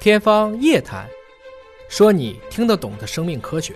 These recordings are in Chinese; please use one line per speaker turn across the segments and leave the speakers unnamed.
天方夜谭，说你听得懂的生命科学。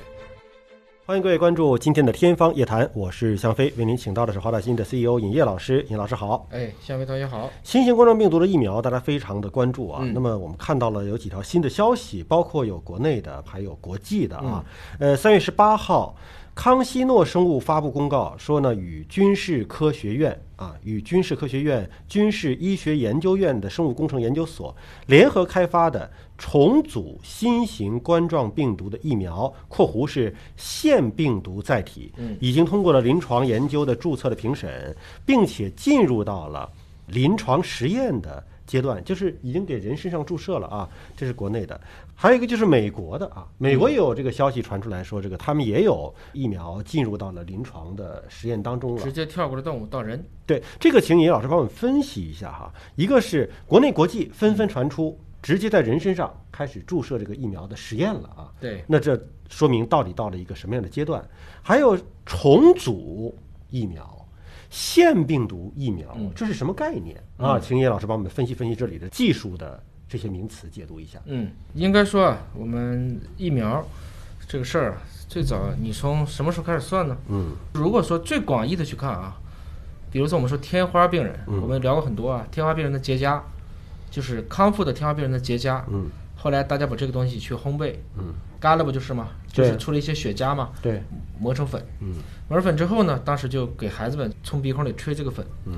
欢迎各位关注今天的《天方夜谭》，我是向飞，为您请到的是华大基因的 CEO 尹烨老师。尹老师好，
哎，向飞同学好。
新型冠状病毒的疫苗，大家非常的关注啊。
嗯
那么我们看到了有几条新的消息，包括有国内的，还有国际的啊。呃，三月十八号，康希诺生物发布公告说呢，与军事科学院啊，与军事科学院、军事医学研究院的生物工程研究所联合开发的重组新型冠状病毒的疫苗（括弧是腺病毒载体）已经通过了临床研究的注册的评审，并且进入到了。临床实验的阶段，就是已经给人身上注射了啊，这是国内的。还有一个就是美国的啊，美国也有这个消息传出来说，这个他们也有疫苗进入到了临床的实验当中了
直。接跳过了动物到人，
对这个，请尹老师帮我们分析一下哈。一个是国内国际纷纷传出直接在人身上开始注射这个疫苗的实验了啊，
对，
那这说明到底到了一个什么样的阶段？还有重组疫苗。腺病毒疫苗，
嗯
这是什么概念、啊？请叶老师帮我们分析分析这里的技术的这些名词，解读一下。
嗯，应该说啊，我们疫苗这个事儿啊，最早你从什么时候开始算呢？
嗯
如果说最广义的去看啊，比如说我们说天花病人，
嗯
我们聊过很多啊，天花病人的结痂，就是康复的天花病人的结痂，
嗯
后来大家把这个东西去烘焙，
嗯，
嘎了不就是吗？就是
对
出了一些血痂嘛，
对，
磨成粉，
嗯
磨成粉之后呢，当时就给孩子们从鼻孔里吹这个粉，
嗯，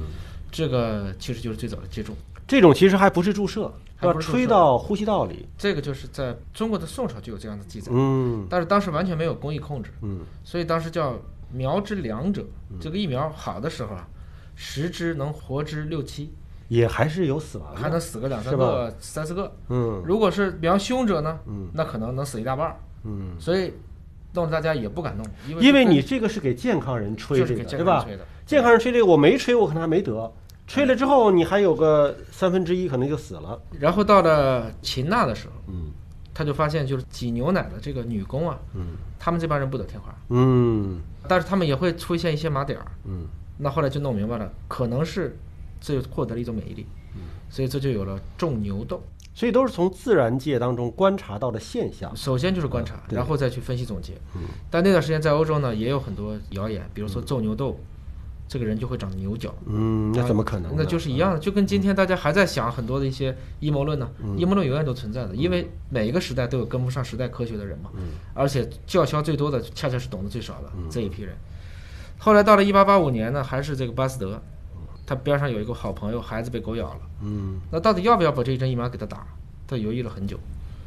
这个其实就是最早的接种。
这种其实还不是注射，
还
要
不是注射
吹到呼吸道里。
这个就是在中国的宋朝就有这样的记载，
嗯
但是当时完全没有工艺控制，
嗯
所以当时叫苗之良者。这个疫苗好的时候啊，十只能活之六七，
也还是有死亡的，
还能死个两三
是吧
个、三四个。
嗯
如果是苗凶者呢
嗯，
那可能能死一大半儿。
嗯，
所以弄得大家也不敢弄，因为
因为
跟
你这个是给健康人吹
就是
这
给
个，
健
对
康
吧
人？吹的，
健康人吹这个，我没吹，我可能还没得。吹了之后，你还有个三分之一可能就死了。
然后到了秦娜的时候，
嗯
他就发现就是挤牛奶的这个女工啊，
嗯
他们这帮人不得天花，
嗯
但是他们也会出现一些麻点儿。
嗯
那后来就弄明白了，可能是这就获得了一种免疫力，所以这就有了种牛痘。
所以都是从自然界当中观察到的现象。
首先就是观察，
啊对
然后再去分析总结
嗯。
但那段时间在欧洲呢，也有很多谣言，比如说种牛痘，这个人就会长牛角。
嗯，那怎么可能呢？
啊
嗯
那就是一样的，就跟今天大家还在想很多的一些阴谋论呢，阴谋论永远都存在的，因为每一个时代都有跟不上时代科学的人嘛，
嗯
而且叫嚣最多的恰恰是懂得最少的这一批人。后来到了一八八五年呢，还是这个巴斯德，他边上有一个好朋友，孩子被狗咬了，
嗯
那到底要不要把这一针疫苗给他打？他犹豫了很久，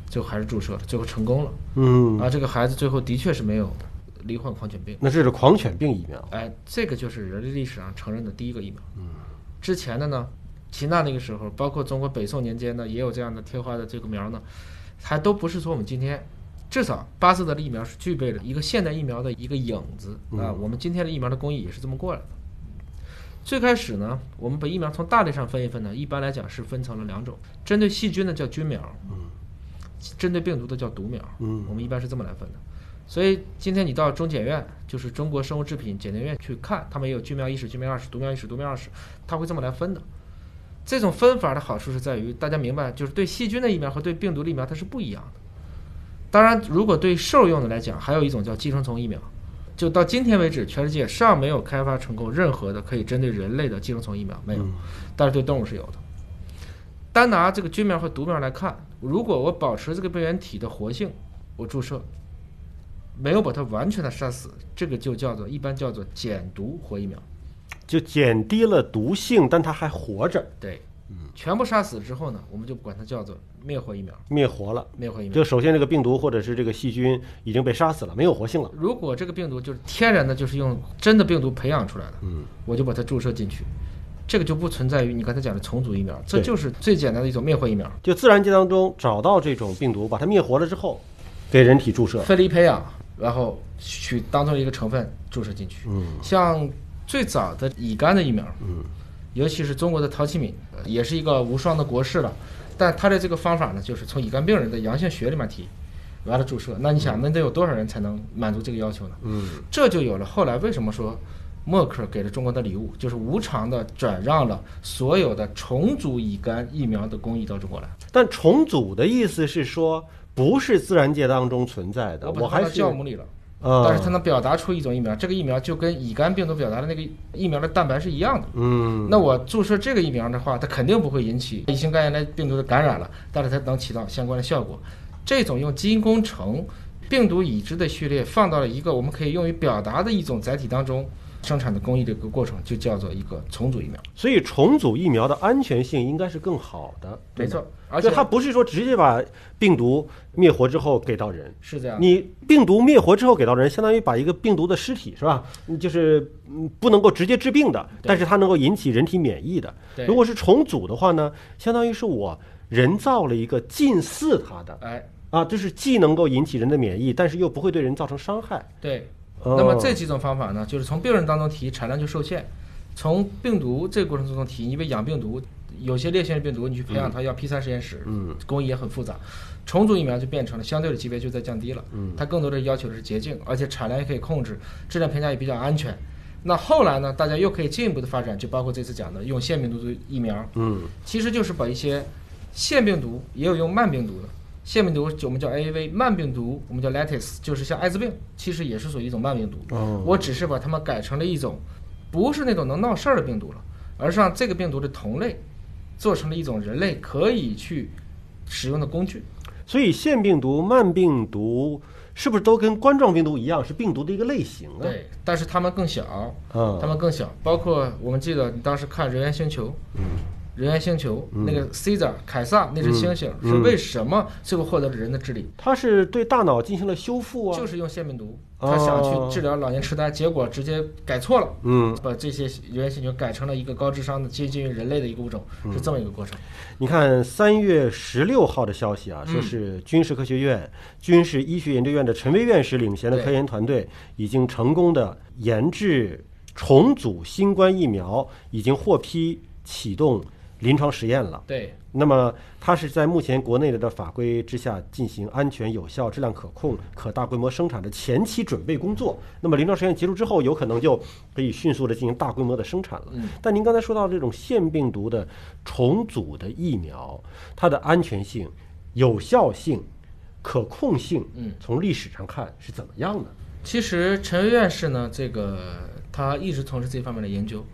最后还是注射了，最后成功了。
嗯，
啊，这个孩子最后的确是没有罹患狂犬病。
那这是狂犬病疫苗。
哎，这个就是人类历史上承认的第一个疫苗。嗯，之前的呢，秦娜那个时候，包括中国北宋年间呢，也有这样的天花的这个苗呢，还都不是说我们今天，至少巴斯德的疫苗是具备了一个现代疫苗的一个影子啊。我们今天的疫苗的工艺也是这么过来的。最开始呢，我们把疫苗从大类上分一分呢，一般来讲是分成了两种，针对细菌的叫菌苗，
嗯，
针对病毒的叫毒苗，
嗯
我们一般是这么来分的。所以今天你到中检院，就是中国生物制品检验院去看，他们也有菌苗一室、菌苗二室、毒苗一室、毒苗二室，他会这么来分的。这种分法的好处是在于大家明白，就是对细菌的疫苗和对病毒的疫苗它是不一样的。当然，如果对兽用的来讲，还有一种叫寄生虫疫苗，就到今天为止，全世界尚没有开发成功任何的可以针对人类的寄生虫疫苗，没有，
嗯
但是对动物是有的。单拿这个菌苗和毒苗来看，如果我保持这个病原体的活性，我注射，没有把它完全的杀死，这个就叫做一般叫做减毒活疫苗。
就减低了毒性，但它还活着，
对，
嗯
全部杀死之后呢，我们就管它叫做灭活疫苗。
灭活了。
灭活疫苗。
就首先这个病毒或者是这个细菌已经被杀死了，没有活性了。
如果这个病毒就是天然的，就是用真的病毒培养出来的，
嗯，
我就把它注射进去，这个就不存在于你刚才讲的重组疫苗，这
对
就是最简单的一种灭活疫苗。
就自然界当中找到这种病毒，把它灭活了之后，给人体注射。
分离培养，啊然后取当中一个成分注射进去。
嗯
像最早的乙肝的疫苗，
嗯，
尤其是中国的陶其敏，呃也是一个无双的国士了。但他的这个方法呢，就是从乙肝病人的阳性血里面提，完了注射。那你想，那得有多少人才能满足这个要求呢？
嗯
这就有了后来为什么说默克尔给了中国的礼物，就是无偿的转让了所有的重组乙肝疫苗的工艺到中国来。
但重组的意思是说，不是自然界当中存在的，
我把
哎我
它放
还
到
是
酵母里了，
呃，
但是它能表达出一种疫苗，这个疫苗就跟乙肝病毒表达的那个疫苗的蛋白是一样的。
嗯，
那我注射这个疫苗的话，它肯定不会引起乙型肝炎的病毒的感染了，但是它能起到相关的效果。这种用基因工程、病毒已知的序列放到了一个我们可以用于表达的一种载体当中生产的工艺的一个过程，就叫做一个重组疫苗。
所以重组疫苗的安全性应该是更好的，
没
对吧，
错，而且
就它不是说直接把病毒灭活之后给到人。
是这样的。
你病毒灭活之后给到人，相当于把一个病毒的尸体是吧？嗯就是嗯不能够直接治病的，
对
但是它能够引起人体免疫的。
对
如果是重组的话呢，相当于是我人造了一个近似它的
哎，
啊，就是既能够引起人的免疫，但是又不会对人造成伤害。
对，
哦
那么这几种方法呢，就是从病人当中提产量就受限，从病毒这个过程中提，因为养病毒有些烈性病毒你去培养它要 P 三实验室，
嗯，
工艺也很复杂，重组疫苗就变成了相对的级别就在降低了，嗯，它更多的要求的是洁净，而且产量也可以控制，质量评价也比较安全。那后来呢，大家又可以进一步的发展，就包括这次讲的用腺病毒的疫苗，
嗯，
其实就是把一些腺病毒，也有用慢病毒的。腺病毒就我们叫 AAV，慢病毒我们叫 lattice，就是像艾滋病，其实也是属于一种慢病毒。
哦
我只是把它们改成了一种，不是那种能闹事儿的病毒了，而是让这个病毒的同类做成了一种人类可以去使用的工具。
所以腺病毒、慢病毒是不是都跟冠状病毒一样，是病毒的一个类型啊？
对，但是它们更小，
嗯
它们更小。包括我们记得你当时看《人猿星球》，人猿星球》那个 Caesar 凯撒那只猩猩
嗯嗯
是为什么最后获得了人的治理？
它是对大脑进行了修复啊。
就是用腺病毒，
哦
他想去治疗老年痴呆，结果直接改错了，
嗯，
把这些原性菌改成了一个高智商的接近于人类的一个物种，是这么一个过程。
你看三月十六号的消息啊，
嗯
说是军事科学院、军事医学研究院的陈薇院士领衔的
对
科研团队已经成功的研制重组新冠疫苗，已经获批启动临床实验了。
对，
那么，它是在目前国内的法规之下进行安全、有效、质量可控、可大规模生产的前期准备工作。那么，临床实验结束之后，有可能就可以迅速的进行大规模的生产了。
嗯
但您刚才说到这种腺病毒的重组的疫苗，它的安全性、有效性、可控性，
嗯，
从历史上看是怎么样的？
其实陈薇院士呢，这个他一直从事这方面的研究，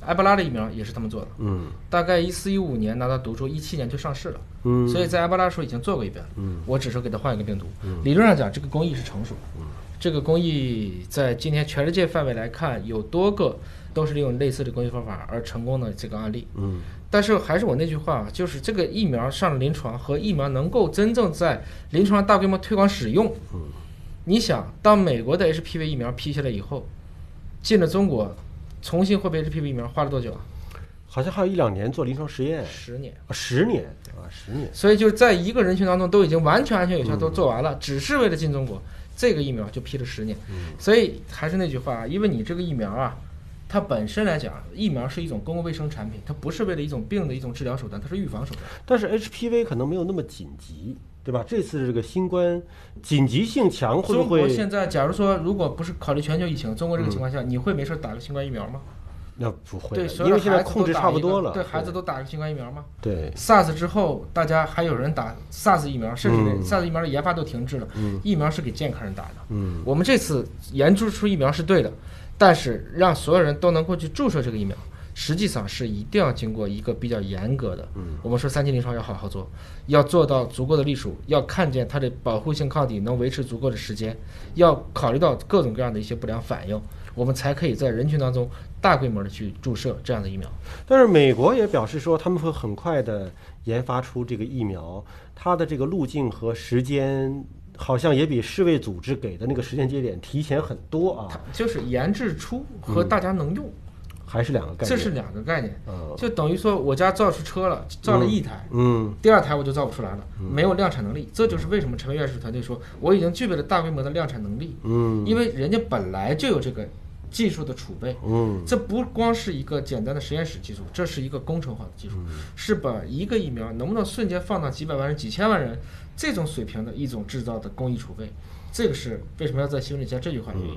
埃博拉的疫苗也是他们做的，
嗯
大概一四一五年拿到毒株，一七年就上市了。
嗯
所以在埃博拉的时候已经做过一遍了。
嗯，
我只是给它换一个病毒。理论上讲，这个工艺是成熟的。嗯，这个工艺在今天全世界范围来看，有多个都是利用类似的工艺方法而成功的这个案例。
嗯
但是还是我那句话，啊就是这个疫苗上了临床和疫苗能够真正在临床上大规模推广使用，
嗯
你想，当美国的 HPV 疫苗批下来以后，进了中国，重新获批 HPV 疫苗花了多久啊？
好像还有一两年做临床实验，
十年。
啊十年啊，十年。
所以就是在一个人群当中都已经完全安全有效都做完了，
嗯
只是为了进中国，这个疫苗就批了十年。所以还是那句话，因为你这个疫苗啊，它本身来讲，疫苗是一种公共卫生产品，它不是为了一种病的一种治疗手段，它是预防手段。
但是 HPV 可能没有那么紧急，对吧？这次这个新冠紧急性强，会
中
不
国
会？
现在，假如说如果不是考虑全球疫情，中国这个情况下，你会没事打个新冠疫苗吗？
那不会
对，
的，
所
因
有
为
的
现在
孩子
控
都
制
打
差不
一个
多了。
对孩子都打个新冠疫苗吗？
对，
SARS 之后，大家还有人打 SARS 疫苗，甚至连
嗯
SARS 疫苗的研发都停滞了。
嗯
疫苗是给健康人打的。
嗯
我们这次研制出疫苗是对的，但是让所有人都能够去注射这个疫苗，实际上是一定要经过一个比较严格的，
嗯
我们说三期临床要好好做，要做到足够的例数，要看见它的保护性抗体能维持足够的时间，要考虑到各种各样的一些不良反应，我们才可以在人群当中大规模的去注射这样的疫苗。
但是美国也表示说，他们会很快的研发出这个疫苗，它的这个路径和时间好像也比世卫组织给的那个时间节点提前很多
它
啊，
就是研制出和大家能用，
还是两个概
这
念。
是两个概念，
嗯
就等于说我家造出车了，造了一台。
嗯
第二台我就造不出来了，没有量产能力。这就是为什么陈薇院士团队说我已经具备了大规模的量产能力，
嗯
因为人家本来就有这个技术的储备。
嗯
这不光是一个简单的实验室技术，这是一个工程化的技术，是把一个疫苗能不能瞬间放到几百万人、几千万人这种水平的一种制造的工艺储备。这个是为什么要在新闻里加这句话的原因。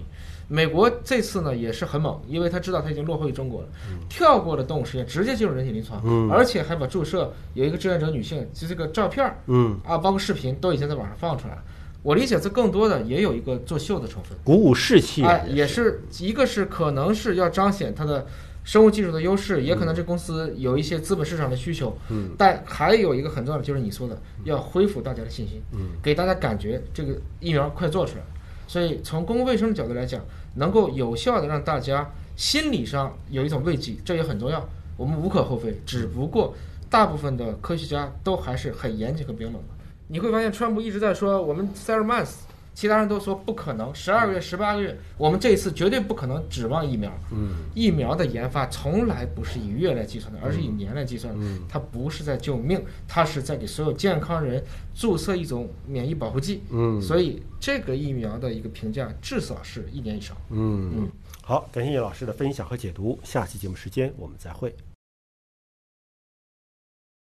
美国这次呢也是很猛，因为他知道他已经落后于中国了，跳过了动物实验，直接进入人体临床，
嗯
而且还把注射有一个志愿者女性，就这个照片儿
嗯，
啊，包括视频都已经在网上放出来了。我理解这更多的也有一个作秀的成分。
鼓舞士气。啊
哎，也是一个是可能是要彰显它的生物技术的优势，也可能这公司有一些资本市场的需求，
嗯，
但还有一个很重要的就是你说的，要恢复大家的信心，
嗯，
给大家感觉这个疫苗快做出来了。所以从公共卫生的角度来讲，能够有效的让大家心理上有一种慰藉，这也很重要，我们无可厚非。只不过大部分的科学家都还是很严谨和冰冷的。你会发现，川普一直在说我们 seven months，其他人都说不可能，十二个月、十八个月，我们这一次绝对不可能指望疫苗。
嗯
疫苗的研发从来不是以月来计算的，而是以年来计算的。
嗯
它不是在救命，它是在给所有健康人注射一种免疫保护剂。
嗯
所以这个疫苗的一个评价至少是一年以上。
嗯，好，感谢叶老师的分享和解读，下期节目时间我们再会。